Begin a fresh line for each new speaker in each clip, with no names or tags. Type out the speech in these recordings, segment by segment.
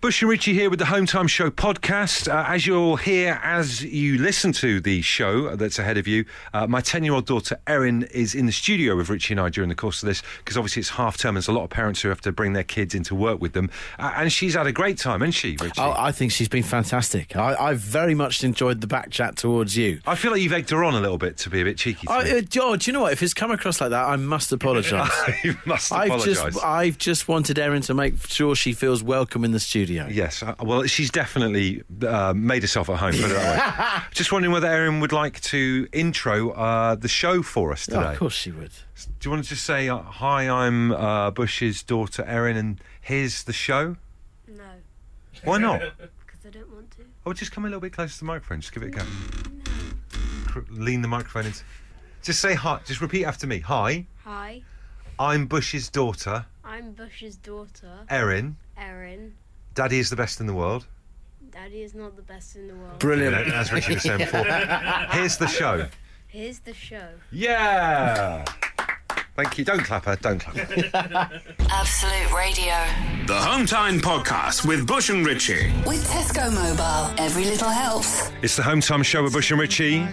Bush and Richie here with the Home Time Show podcast. Uh, as you'll hear as you listen to the show that's ahead of you, uh, my 10 year old daughter Erin is in the studio with Richie and I during the course of this because obviously it's half term and there's a lot of parents who have to bring their kids into work with them. Uh, and she's had a great time, hasn't she, Richie?
I, I think she's been fantastic. I, I've very much enjoyed the back chat towards you.
I feel like you've egged her on a little bit to be a bit cheeky.
I, uh, oh, do you know what? If it's come across like that, I must apologise.
you must
uh, I've
apologise.
just, uh, I've just wanted Erin to make sure she feels welcome in the studio.
Yes, uh, well, she's definitely uh, made herself at home. Put it that way. Just wondering whether Erin would like to intro uh, the show for us
Oh,
today.
of course she would.
Do you want to just say, uh, "Hi, I'm uh, Bush's daughter, Erin, and here's the show"?
No,
Why not?
because I don't want to.
Oh, just come a little bit closer to the microphone. Just give it a go. Cr- Lean the microphone in. Just say hi. Just repeat after me. Hi,
Hi,
I'm Bush's daughter,
I'm Bush's daughter,
Erin.
Erin.
Daddy is the best in the world.
Daddy is not the best in the world.
Brilliant.
As Richie was saying before, here's the show.
Here's the show.
Yeah. Thank you. Don't clap her. Don't clap. Her.
Absolute Radio.
The Hometown Podcast with Bush and Ritchie.
With Tesco Mobile, every little helps.
It's the Home Time Show with Bush and Ritchie.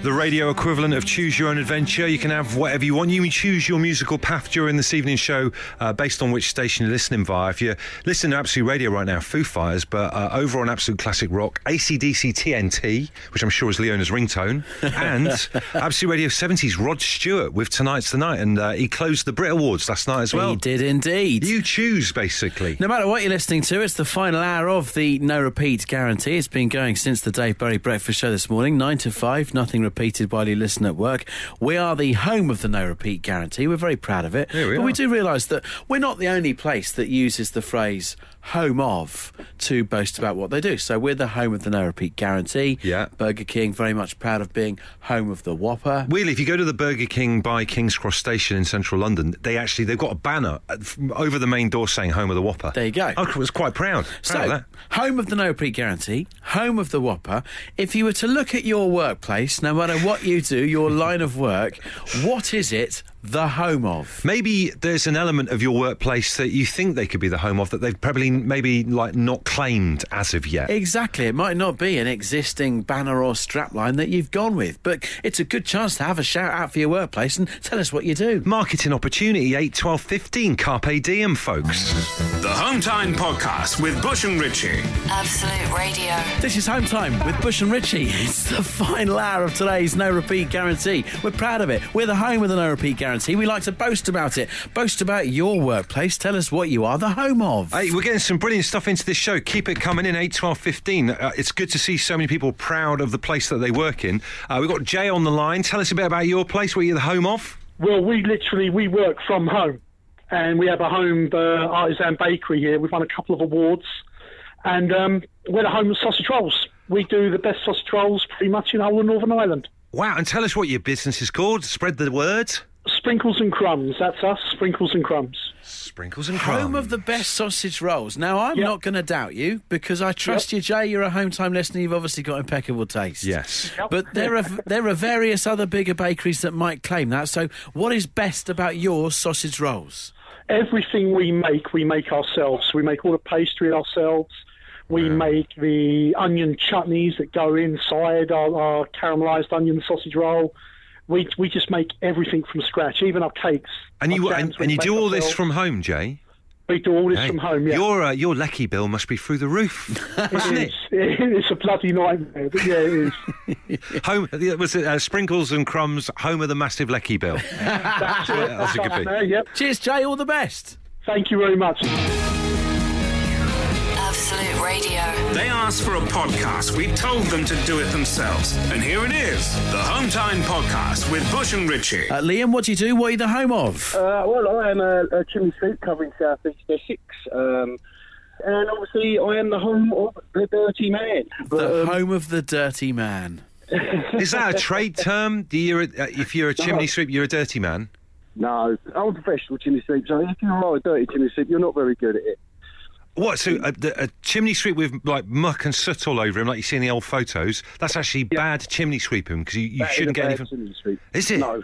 The radio equivalent of Choose Your Own Adventure. You can have whatever you want. You can choose your musical path during this evening show uh, based on which station you're listening via. If you're listening to Absolute Radio right now, Foo Fighters, but uh, over on Absolute Classic Rock, ACDC TNT, which I'm sure is Leona's ringtone, and Absolute Radio 70s, Rod Stewart with Tonight's the Night. And uh, he closed the Brit Awards last night as well.
he did indeed.
You choose, basically.
No matter what you're listening to, it's the final hour of the No Repeat Guarantee. It's been going since the Dave Berry Breakfast Show this morning, 9 to 5, nothing repeated while you listen at work. We are the home of the No Repeat Guarantee. We're very proud of it.
Yeah, we
but we
are.
do realise that we're not the only place that uses the phrase home of to boast about what they do. So we're the home of the No Repeat Guarantee.
Yeah.
Burger King, very much proud of being home of the Whopper.
Weirdly, if you go to the Burger King by King's Cross Station in central London, they actually they've got a banner uh, f- over the main door saying "Home of the Whopper."
There you go.
I was quite proud. proud
So,
of that.
home of the no pre guarantee, home of the whopper. If you were to look at your workplace, no matter what you do, your line of work, what is it the home of?
Maybe there's an element of your workplace that you think they could be the home of that they've probably maybe like not claimed as of yet.
Exactly. It might not be an existing banner or strapline that you've gone with, but it's a good chance to have a shout out for your workplace and tell us what you do.
Marketing opportunity 8, 12, 15. Carpe diem, folks.
The Hometown Podcast with Bush and Ritchie.
Absolute Radio.
This is Home Time with Bush and Ritchie. It's the final hour of today's No Repeat Guarantee. We're proud of it. We're the home of the No Repeat Guarantee. We like to boast about it. Boast about your workplace. Tell us what you are the home of.
Hey, we're getting some brilliant stuff into this show. Keep it coming in 8, 12, 15. Uh, it's good to see so many people proud of the place that they work in. Uh, we've got Jay on the line. Tell us a bit about your place. Where you're the home of?
Well, we literally we work from home, and we have a home uh, artisan bakery here. We've won a couple of awards, and um, we're the home of sausage rolls. We do the best sausage rolls pretty much in the whole of Northern Ireland.
Wow, and tell us what your business is called. Spread the word.
Sprinkles and crumbs, that's us. Sprinkles and crumbs.
Sprinkles and crumbs.
Home of the best sausage rolls. Now, I'm
Yep.
not going to doubt you because I trust you, Jay. You're a home time listener. You've obviously got impeccable taste.
Yes.
But there are there are various other bigger bakeries that might claim that. So, what is best about your sausage rolls?
Everything we make, we make ourselves. We make all the pastry ourselves. We make the onion chutneys that go inside our, our caramelised onion sausage roll. We, we just make everything from scratch, even our cakes.
And you
our
and,
jams we
and you
make
do all this
ourselves.
from home, Jay.
We do all this
Hey,
from home. Yeah,
Your uh, your lecky bill must be through the roof, isn't it?
it's, it's a bloody nightmare, but yeah, it is.
Home was it uh, sprinkles and crumbs? Home of the massive lecky bill.
That's it.
That's a good bit.
nightmare, Yep.
Cheers, Jay. All the best.
Thank you very much.
Absolute Radio.
They asked for a podcast. We told them to do it themselves. And here it is The Hometown Podcast with Bush and Ritchie.
Uh, Liam, what do you do? What are you the home of?
Uh, well, I am a, a chimney sweep covering South East Essex, um, and obviously I am the home of the Dirty Man. But,
the
um,
home of the dirty man.
Is that a trade term? Do you, uh, if you're a chimney sweep, you're a dirty man.
no, I'm a professional chimney sweep, so if you are a dirty chimney sweep, you're not very good at it.
What? So a, the- a chimney sweep with like muck and soot all over him, like you see in the old photos. That's actually bad chimney sweeping because you, you
That is
shouldn't
a
get
bad
anything.
chimney sweep.
Is it?
No.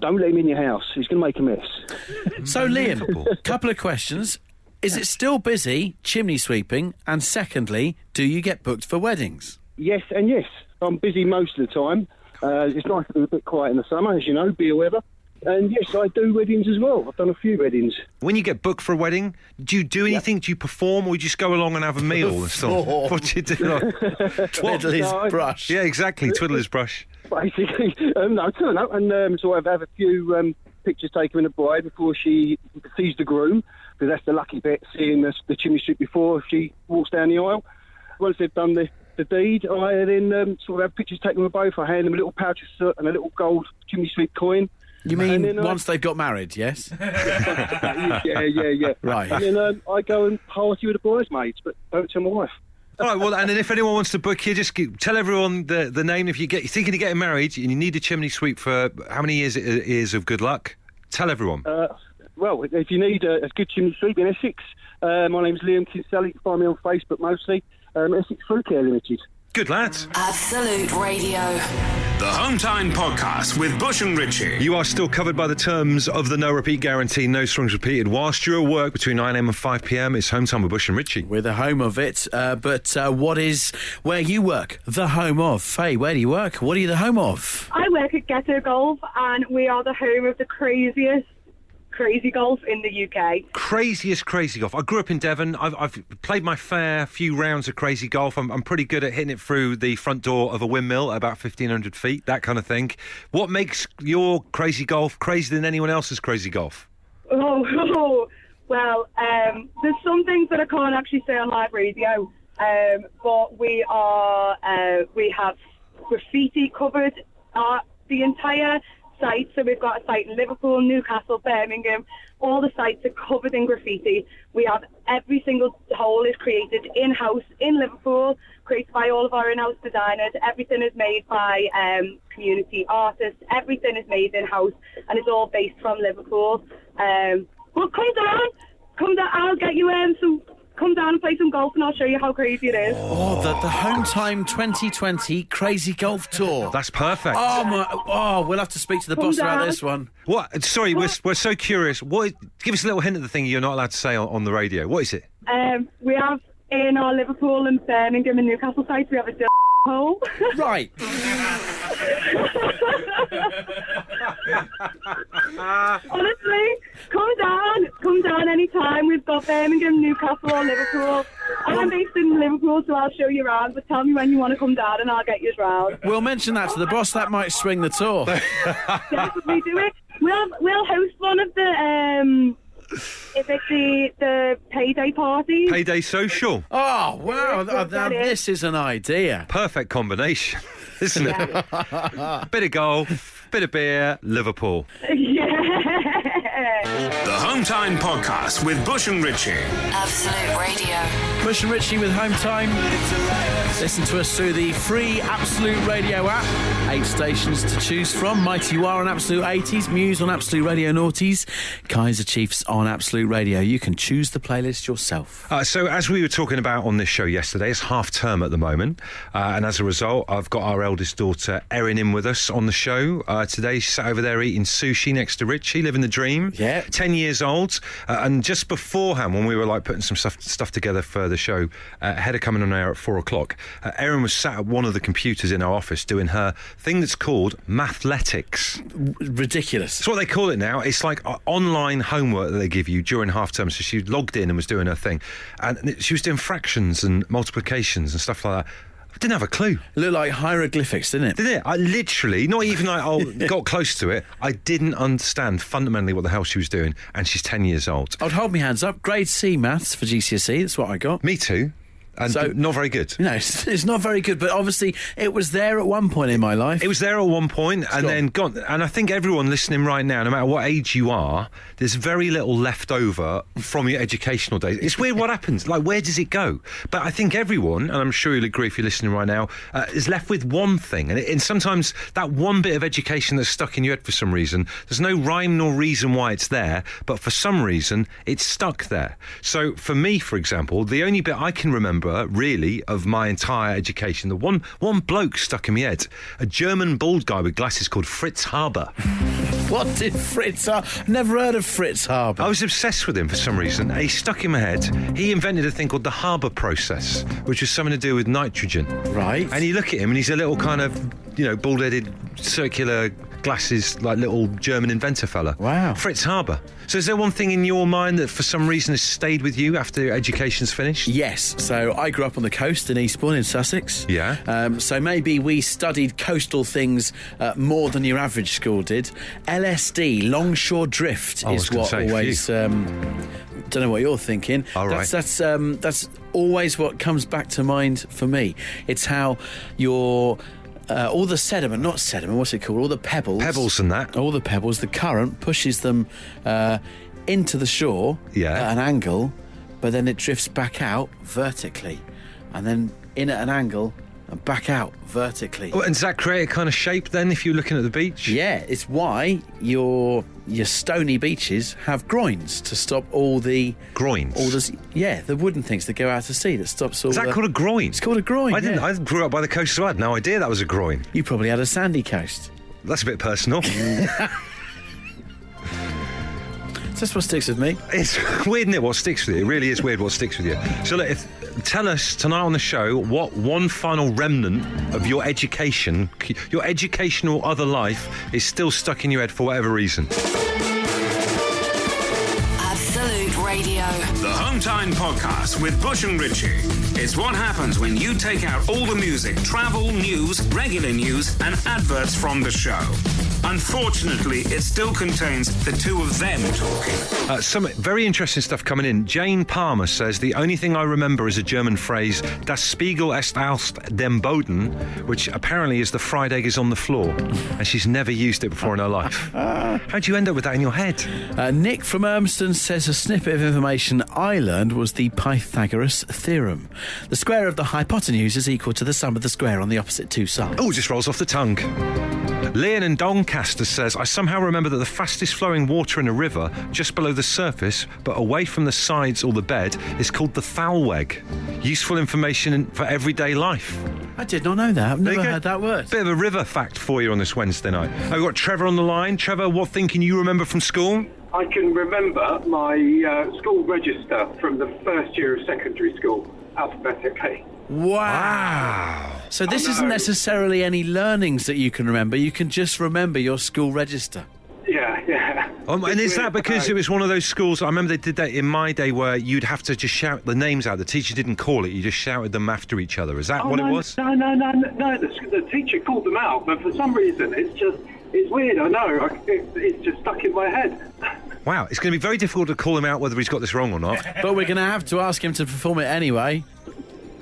Don't let him in your house. He's going to make a mess.
So, Liam,
Unbelievable.
couple of questions. Is it still busy chimney sweeping? And secondly, do you get booked for weddings?
Yes and yes. I'm busy most of the time. Uh, it's nice to be a bit quiet in the summer, as you know, be a weather. And yes, I do weddings as well. I've done a few weddings.
When you get booked for a wedding, do you do anything? Do you perform, or you just go along and have a meal? and stuff?
Perform.
What do you do?
Twiddle his
No, I-
brush.
yeah, exactly. Twiddle his brush.
Basically, um, no, turn up and um, sort of have a few um, pictures taken with the bride before she sees the groom, because that's the lucky bit, seeing the, the chimney sweep before she walks down the aisle. Once they've done the, the deed, I then um, sort of have pictures taken with both. I hand them a little pouch of soot and a little gold chimney sweep coin.
You
And
mean
then I-
once they've got married, yes?
yeah, yeah, yeah.
Right.
And then um, I go and party with the bridesmaids, but don't tell my wife.
All right. Well, and then if anyone wants to book you, just g- tell everyone the, the name. If you get you're thinking of getting married and you need a chimney sweep for how many years it is of good luck, tell everyone.
Uh, well, if you need a, a good chimney sweep in Essex, uh, my name's Liam Kinsella. You can find me on Facebook mostly. Um, Essex Fruit Care Limited.
good lads.
Absolute Radio.
The Hometown Podcast with Bush and Ritchie.
You are still covered by the terms of the no repeat guarantee, no strings repeated. Whilst you're at work between 9am and 5pm, it's home time with Bush and Richie.
We're the home of it. Uh, but uh, what is where you work? The home of. Faye, where do you work? What are you the home of?
I work at Ghetto Golf, and we are the home of the craziest crazy golf in the UK.
Craziest crazy golf. I grew up in Devon. I've, I've played my fair few rounds of crazy golf. I'm, I'm pretty good at hitting it through the front door of a windmill at about 1500 feet, that kind of thing. What makes your crazy golf crazier than anyone else's crazy golf?
Oh, well, um, there's some things that I can't actually say on live radio, um, but we are uh, we have graffiti covered uh, the entire site. So we've got a site in Liverpool, Newcastle, Birmingham. All the sites are covered in graffiti. We have every single hole is created in house in Liverpool, created by all of our in-house designers. Everything is made by um, community artists. Everything is made in house, and it's all based from Liverpool. Um, well, come down, come down. I'll get you um, some. Come down and play some golf, and I'll show you how crazy it is.
Oh, the, the Home Time 2020 Crazy Golf Tour.
That's perfect.
oh, my. Oh, we'll have to speak to the
Come
boss about
down.
this one.
What? Sorry, we're, we're so curious. What? Give us a little hint of the thing you're not allowed to say on, on the radio. What is it?
Um, we have in our Liverpool and Birmingham and Newcastle sites, we have a d- hole.
Right.
Honestly, come down, come down anytime. We've got Birmingham, Newcastle, or Liverpool. I'm based in Liverpool, so I'll show you around. But tell me when you want to come down, and I'll get you round.
We'll mention that to the boss. That might swing the tour.
Definitely do it. We'll we'll host one of the um, if it's the the payday parties.
Payday social.
Oh, wow. Now,
that is.
this is an idea.
Perfect combination, isn't it? bit of golf, bit of beer, Liverpool.
yeah.
The Hometown Podcast with Bush and Ritchie.
Absolute Radio.
Bush and Richie with Home Time. Listen to us through the free Absolute Radio app. Eight stations to choose from. Mighty You Are on Absolute 80s, Muse on Absolute Radio Noughties, Kaiser Chiefs on Absolute Radio. You can choose the playlist yourself.
Uh, so, as we were talking about on this show yesterday, it's half term at the moment. Uh, and as a result, I've got our eldest daughter, Erin, in with us on the show uh, today. She sat over there eating sushi next to Richie, living the dream.
Yeah.
10 years old. Uh, and just beforehand, when we were like putting some stuff, stuff together for the show, uh, Heather coming on air at four o'clock, uh, Erin was sat at one of the computers in our office doing her thing that's called mathletics.
Ridiculous.
It's what they call it now. It's like uh, online homework that they give you during half term. So she logged in and was doing her thing, and she was doing fractions and multiplications and stuff like that. I didn't have a clue,
Looked like hieroglyphics, didn't it?
did it? I literally, not even like, oh, got close to it. I didn't understand fundamentally what the hell she was doing, and she's ten years old.
I'd hold my hands up. Grade C maths for GCSE. That's what I got.
Me too, and
So-
not very good.
No, it's, it's not very good, but obviously it was there at one point in my life.
It was there at one point and
Sure.
then gone. And I think everyone listening right now, no matter what age you are, there's very little left over from your educational days. It's weird what happens. Like, where does it go? But I think everyone, and I'm sure you'll agree if you're listening right now, uh, is left with one thing. And, it, and sometimes that one bit of education that's stuck in your head for some reason, there's no rhyme nor reason why it's there, but for some reason, it's stuck there. So for me, for example, the only bit I can remember really of my entire education, the one one bloke stuck in my head, a German bald guy with glasses called Fritz Haber.
What did Fritz Har? Never heard of Fritz Harbour.
I was obsessed with him for some reason. He stuck in my head. He invented a thing called the Harbour process, which was something to do with nitrogen.
Right.
And you look at him, and he's a little kind of, you know, bald-headed, circular glasses, like little German inventor fella.
Wow.
Fritz Harbour. So is there one thing in your mind that, for some reason, has stayed with you after education's finished?
Yes. So I grew up on the coast in Eastbourne in Sussex.
Yeah.
Um, so maybe we studied coastal things uh, more than your average school did. LSD, longshore drift,
I was
is
gonna
what
say,
always. Um, don't know what you're thinking.
All right.
That's that's um, that's always what comes back to mind for me. It's how your uh, all the sediment, not sediment. What's it called? All the pebbles.
Pebbles and that.
All the pebbles. The current pushes them uh, into the shore
Yeah.
at an angle, but then it drifts back out vertically, and then in at an angle and back out vertically.
Oh, and does that create a kind of shape then if you're looking at the beach?
Yeah, it's why your your stony beaches have groins to stop all the
Groins.
all the yeah the wooden things that go out to sea that stops all.
Is that
the-
called a groin?
It's called a groin.
I didn't.
yeah.
I grew up by the coast, so I had no idea that was a groin.
You probably had a sandy coast.
That's a bit personal.
So that's what sticks with me.
It's weird, isn't it? What sticks with you? It really is weird what sticks with you. So, look, if, tell us tonight on the show what one final remnant of your education, your educational other life, is still stuck in your head for whatever reason.
Absolute Radio.
The Hometown Podcast with Bush and Ritchie. It's what happens when you take out all the music, travel, news, regular news, and adverts from the show. Unfortunately, it still contains the two of them talking.
Uh, some very interesting stuff coming in. Jane Palmer says the only thing I remember is a German phrase "Das Spiegel ist aus dem Boden," which apparently is the fried egg is on the floor, and she's never used it before in her life. How'd you end up with that in your head?
Uh, Nick from Ermston says a snippet of information I learned was the Pythagoras theorem. The square of the hypotenuse is equal to the sum of the square on the opposite two sides.
Oh, it just rolls off the tongue. Leon in Doncaster says, I somehow remember that the fastest flowing water in a river, just below the surface, but away from the sides or the bed, is called the foulweg. Useful information for everyday life.
I did not know that. I've
There you
never
go.
heard that word.
Bit of a river fact for you on this Wednesday night. I've got Trevor on the line. Trevor, what thing can you remember from school?
I can remember my uh, school register from the first year of secondary school alphabetically.
Wow.
Oh,
So this isn't necessarily any learnings that you can remember. You can just remember your school register.
Yeah, yeah.
Um, and is that because it was one of those schools? I remember they did that in my day where you'd have to just shout the names out. The teacher didn't call it, you just shouted them after each other. Is that
Oh,
what
no,
it was?
No, no, no, no. no, The, the teacher called them out, but for some reason, it's just it's weird. I know. I, it, it's just stuck in my head.
Wow, it's going to be very difficult to call him out whether he's got this wrong or not.
But we're going to have to ask him to perform it anyway.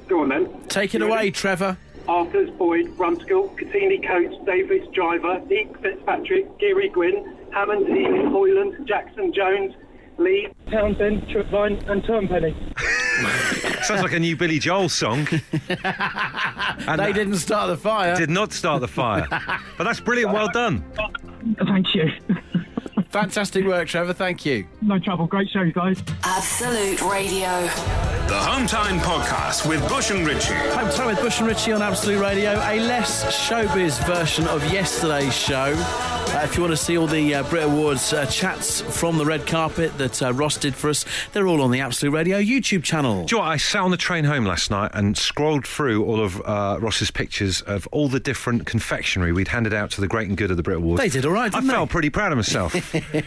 Go on then.
Take it
You
away,
ready?
Trevor.
Arthur's Boyd, Rumskill, Cassini Coates, Davis Driver, Eke Fitzpatrick, Geary Gwynn, Hammond, Eden Hoyland, Jackson Jones, Lee.
Townsend, Tripvine, and Turnpenny.
Sounds like a new Billy Joel song. and uh,
They didn't start the fire.
Did not start the fire. But that's brilliant. Well done.
Thank you.
Fantastic work, Trevor. Thank you.
No trouble. Great show, guys.
Absolute Radio.
The Hometown Podcast with Bush and Ritchie.
Home time with Bush and Richie on Absolute Radio, a less showbiz version of yesterday's show. Uh, if you want to see all the uh, Brit Awards uh, chats from the red carpet that uh, Ross did for us, they're all on the Absolute Radio YouTube channel.
Do you know what? I sat on the train home last night and scrolled through all of uh, Ross's pictures of all the different confectionery we'd handed out to the great and good of the Brit Awards.
They did all right,
I
didn't
felt
they?
pretty proud of myself.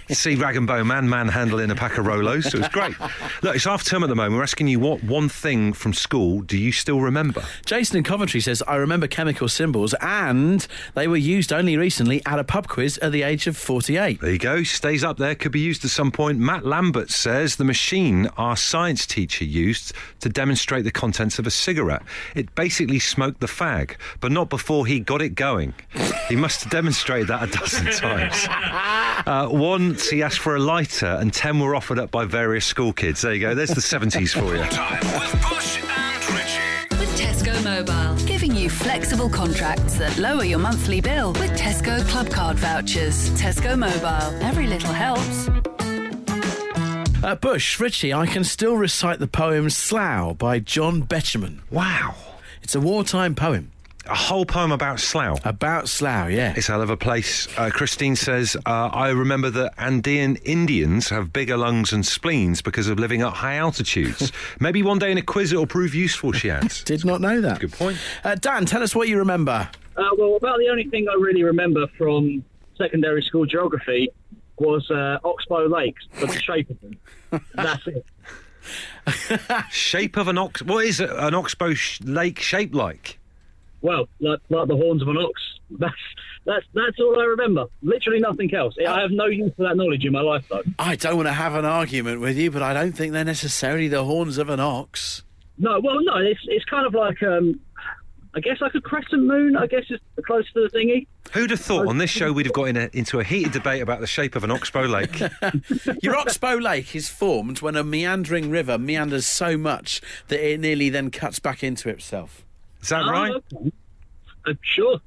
See Rag and Bone Man manhandling a pack of Rolos. It was great. Look, it's half term at the moment. We're asking you what one thing from school do you still remember?
Jason in Coventry says, I remember chemical symbols and they were used only recently at a pub quiz at the age of 48.
There you go. Stays up there. Could be used at some point. Matt Lambert says the machine our science teacher used to demonstrate the contents of a cigarette. It basically smoked the fag, but not before he got it going. he must have demonstrated that a dozen times. Uh, once he asked for a lighter, and ten were offered up by various school kids. There you go. There's the 70s for you.
Time with Bush and Ritchie.
With Tesco Mobile, giving you flexible contracts that lower your monthly bill with Tesco Club Card vouchers. Tesco Mobile, every little helps.
Uh, Bush, Richie, I can still recite the poem Slough by John Betjeman.
Wow.
It's a wartime poem.
a whole poem about Slough.
About Slough, yeah.
It's a hell of a place. Uh, Christine says, uh, I remember that Andean Indians have bigger lungs and spleens because of living at high altitudes. Maybe one day in a quiz it'll prove useful, she adds.
Did not know that.
Good point.
Uh, Dan, tell us what you remember.
Uh, well, about the only thing I really remember from secondary school geography was uh, Oxbow Lakes, but the shape of them. That's it.
Shape of an ox. What is an oxbow sh- lake shape like?
Well, like, like the horns of an ox. That's that's that's all I remember. Literally nothing else. I have no use for that knowledge in my life, though.
I don't want to have an argument with you, but I don't think they're necessarily the horns of an ox.
No, well, no. It's it's kind of like um, I guess like a crescent moon. I guess is close to the thingy.
Who'd have thought on this show we'd have got in a, into a heated debate about the shape of an oxbow lake?
Your oxbow lake is formed when a meandering river meanders so much that it nearly then cuts back into itself.
Is that right?
Oh, okay. Uh, sure.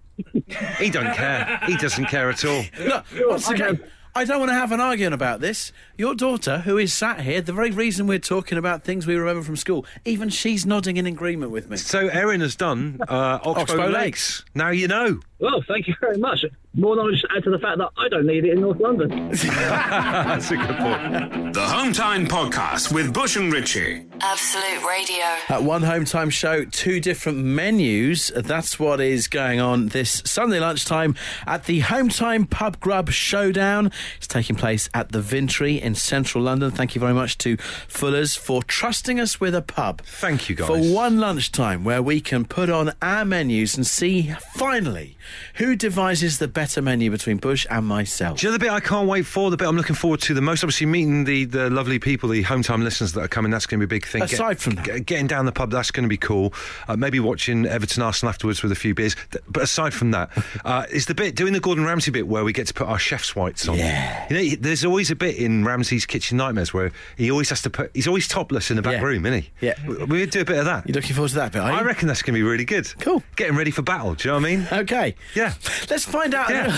He don't care. He doesn't care at all.
Look, once again, I don't want to have an argument about this. Your daughter, who is sat here, the very reason we're talking about things we remember from school, even she's nodding in agreement with me.
So Erin has done uh, Oxbow,
Oxbow
lakes.
Lakes.
Now you know.
Well, thank you very much. More knowledge to add to the fact that I don't need it in North London.
That's a good point.
The Hometown Podcast with Bush and Ritchie.
Absolute Radio.
At one home time show, two different menus. That's what is going on this Sunday lunchtime at the Home Time Pub Grub Showdown. It's taking place at the Vintry in central London. Thank you very much to Fuller's for trusting us with a pub.
Thank you, guys.
For one lunchtime where we can put on our menus and see finally who devises the better menu between Bush and myself.
Do you know the bit I can't wait for? The bit I'm looking forward to the most? Obviously, meeting the, the lovely people, the hometown listeners that are coming. That's going to be a big thing.
Aside from that.
g- getting down the pub, that's going to be cool. Uh, maybe watching Everton Arsenal afterwards with a few beers. Th- But aside from that, uh, is the bit doing the Gordon Ramsay bit where we get to put our chef's whites on?
Yeah.
You know, there's always a bit in Ramsay's Kitchen Nightmares where he always has to put. He's always topless in the back
Yeah.
room, isn't he?
Yeah.
We- We'd do a bit of that.
You're looking forward to that bit, are you?
I reckon that's going to be really good.
Cool.
Getting ready for battle. Do you know what I mean?
Okay.
Yeah.
Let's find out.
Yeah.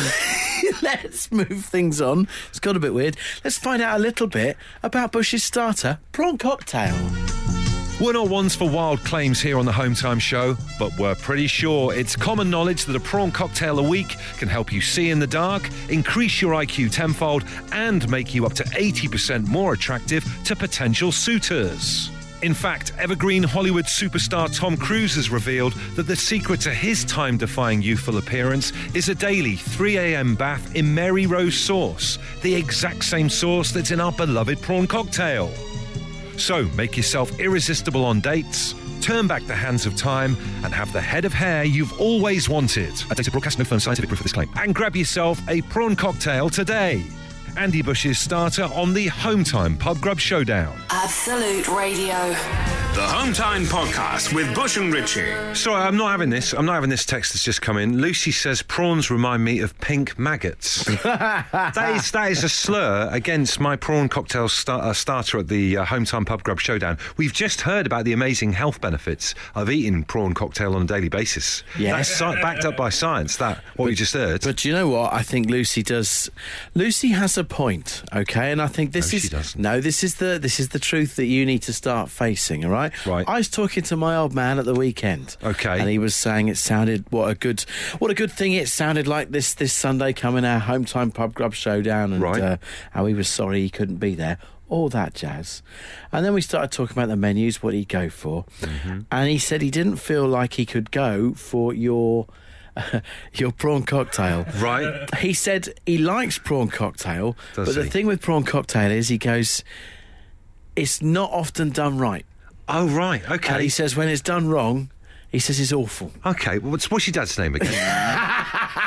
Let's move things on. It's got a bit weird. Let's find out a little bit about Bush's starter, prawn cocktail.
We're not oh ones for wild claims here on the Home Time Show, but we're pretty sure it's common knowledge that a prawn cocktail a week can help you see in the dark, increase your IQ tenfold, and make you up to 80% more attractive to potential suitors. In fact, evergreen Hollywood superstar Tom Cruise has revealed that the secret to his time defying youthful appearance is a daily 3am bath in Mary Rose sauce, the exact same sauce that's in our beloved prawn cocktail. So make yourself irresistible on dates, turn back the hands of time, and have the head of hair you've always wanted. A data broadcast, no firm scientific proof of this claim. And grab yourself a prawn cocktail today. Andy Bush's starter on the Hometime Pub Grub Showdown.
Absolute Radio.
The Hometown Podcast with Bush and Ritchie.
Sorry, I'm not having this. I'm not having this text that's just come in. Lucy says prawns remind me of pink maggots. that, is, that is a slur against my prawn cocktail star, uh, starter at the uh, Hometown Pub Grub Showdown. We've just heard about the amazing health benefits of eating prawn cocktail on a daily basis.
Yeah.
That's sci- backed up by science, that, what we just heard.
But do you know what? I think Lucy does. Lucy has a point, okay? And I think this
No,
is
she doesn't.
no. This is the this is the truth that you need to start facing. All right.
Right.
I was talking to my old man at the weekend.
Okay.
And he was saying it sounded what a good what a good thing it sounded like this this Sunday coming our home time pub grub showdown and
Right.
uh, how he was sorry he couldn't be there. All that jazz. And then we started talking about the menus, what he'd go for.
Mm-hmm.
And he said he didn't feel like he could go for your your prawn cocktail.
right?
He said he likes prawn cocktail,
Does
but
he?
the thing with prawn cocktail is he goes, it's not often done right.
Oh, right.
And he
Okay.
says when it's done wrong, he says it's awful.
Okay. well, What's, what's your dad's name again?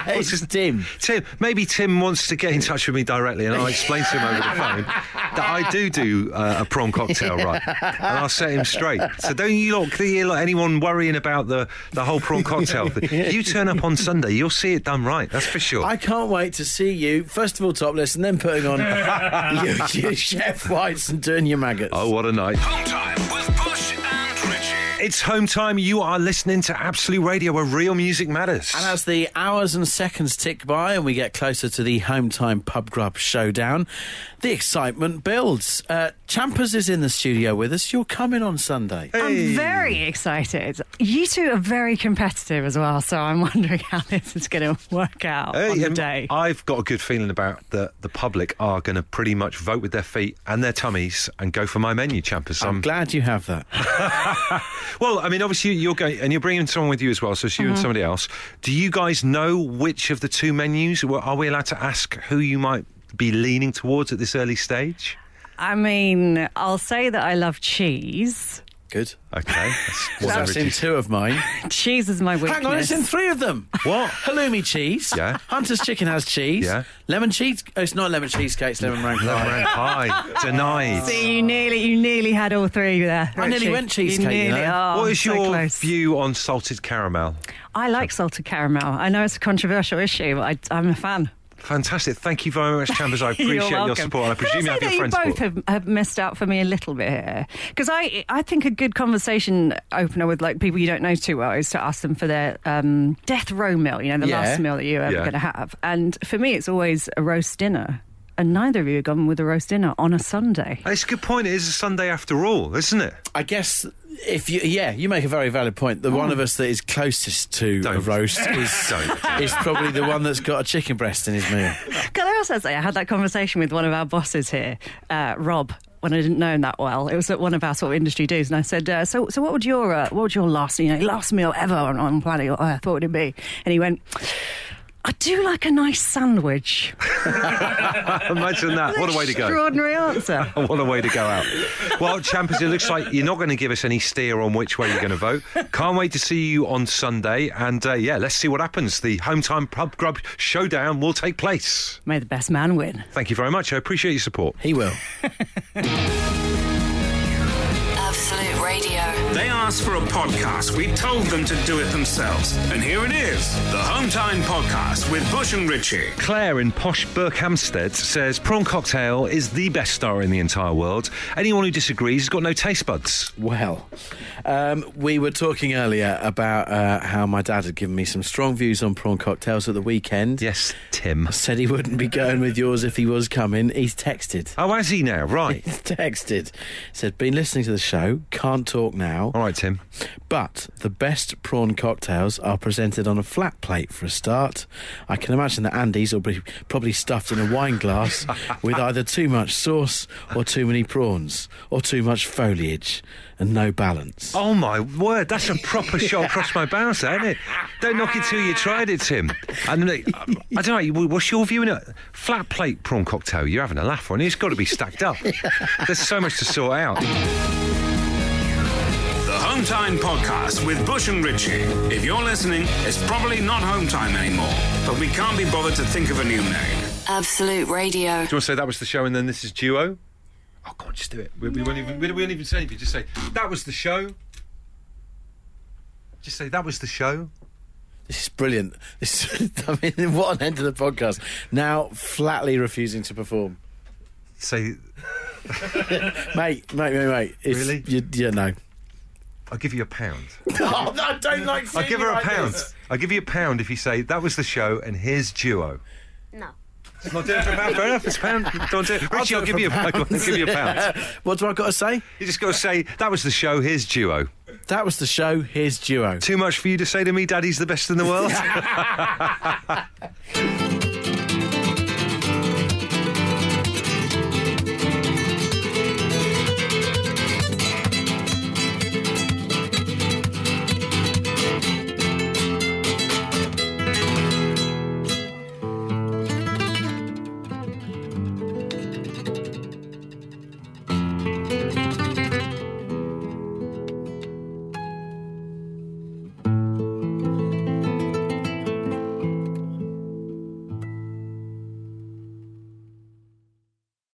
It's dim.
Tim. Maybe Tim wants to get in touch with me directly, and I'll explain to him over the phone that I do do uh, a prawn cocktail right, and I'll set him straight. So don't you look, you look anyone worrying about the, the whole prawn cocktail thing. You turn up on Sunday, you'll see it done right. That's for sure.
I can't wait to see you, first of all, topless, and then putting on your, your chef whites and doing your maggots.
oh, what a night!
Hometime with Bush and Ritchie.
It's home time. You are listening to Absolute Radio, where real music matters.
And as the hours and seconds tick by and we get closer to the home time pub grub showdown, the excitement builds. Uh, Champers is in the studio with us. You're coming on Sunday.
I'm very excited. You two are very competitive as well, so I'm wondering how this is going to work out
Hey,
on the
um,
day.
I've got a good feeling about that the public are going to pretty much vote with their feet and their tummies and go for my menu, Champers.
I'm glad you have that.
well, I mean, obviously you're going and you're bringing someone with you as well, so it's you and
Mhm.
somebody else. Do you guys know which of the two menus? Well, Are we allowed to ask who you might be leaning towards at this early stage?
I mean, I'll say that I love cheese.
Good.
Okay.
That's
That's in
in
two of mine.
Cheese is my weakness.
Hang on, it's in three of them. What? Halloumi cheese. Yeah. Hunter's chicken has cheese. Yeah. Lemon cheese. Oh, it's not lemon cheesecake. It's lemon meringue pie.
Lemon meringue pie. Denied.
See, you nearly, you nearly had all three there.
I nearly
Richie.
went cheesecake,
You nearly, oh,
what is
so
your
close.
view on salted caramel?
I like salted caramel. I know it's a controversial issue, but I, I'm a fan.
Fantastic. Thank you very much, Chambers. I appreciate your support. and I presume you have your
that you
friends'
both
support.
have, have missed out for me a little bit here because I I think a good conversation opener with like people you don't know too well is to ask them for their um, death row meal, you know, the
Yeah.
last meal that you're ever
Yeah.
going to have. And for me, it's always a roast dinner, and neither of you have gone with a roast dinner on a Sunday.
It's a good point. It is a Sunday after all, isn't it?
I guess if you, yeah, you make a very valid point. The one of us that is closest to a roast is, is probably the one that's got a chicken breast in his meal.
Can I also say I had that conversation with one of our bosses here, uh, Rob, when I didn't know him that well. It was at one of our sort of industry dues, and I said, uh, "So, so what would your uh, what would your last you know last meal ever on, on planet Earth? What would it be?" And he went. I do like a nice sandwich.
Imagine that. What a way to go.
Extraordinary answer.
What a way to go out. Well, Champers, it looks like you're not going to give us any steer on which way you're going to vote. Can't wait to see you on Sunday. And uh, yeah, let's see what happens. The Hometime Pub Grub Showdown will take place.
May the best man win.
Thank you very much. I appreciate your support.
He will.
Absolute Radio.
They asked for a podcast. We told them to do it themselves. And here it is the Hometown Podcast with Bush and Ritchie.
Claire in posh Berkhamsted says prawn cocktail is the best star in the entire world. Anyone who disagrees has got no taste buds.
Well, um, we were talking earlier about uh, how my dad had given me some strong views on prawn cocktails at the weekend.
Yes, Tim.
Said he wouldn't be going with yours if he was coming. He's texted.
Oh, has he now? Right.
He's texted. Said, been listening to the show, can't talk now. All
right, Tim.
But the best prawn cocktails are presented on a flat plate for a start. I can imagine that Andy's will be probably stuffed in a wine glass with either too much sauce or too many prawns or too much foliage and no balance.
Oh my word, that's a proper shot across my bow, that, isn't it? Don't knock it till you tried it, Tim. And uh, I don't know, what's your view on it? Flat plate prawn cocktail, you're having a laugh on it. It's got to be stacked up. There's so much to sort out.
The Hometown Podcast with Bush and Ritchie. If you're listening, it's probably not Hometown anymore, but we can't be bothered to think of a new name.
Absolute Radio.
Do you want to say that was the show and then this is duo? Oh, God, just do it. We, we, won't, even, we, won't even say anything. Just say, that was the show. Just say, that was the show.
This is brilliant. This is, I mean, what an end to the podcast. Now, flatly refusing to perform.
Say,
mate, mate, mate, mate. If
Really?
You, yeah, no.
I'll give you a pound.
oh, no, I don't like
I'll
seeing
give
you
her a
like
pound.
this.
I'll give you a pound if you say, that was the show and here's duo.
No.
It's not doing it for a pound. Fair enough. It's a pound. Don't do it. Richie, I'll, give
do it for
you a
pounds.
pound. I'll give you a pound.
Uh, what do I got to say?
You just got to say that was the show. Here's duo.
That was the show. Here's duo.
Too much for you to say to me, Daddy's the best in the world.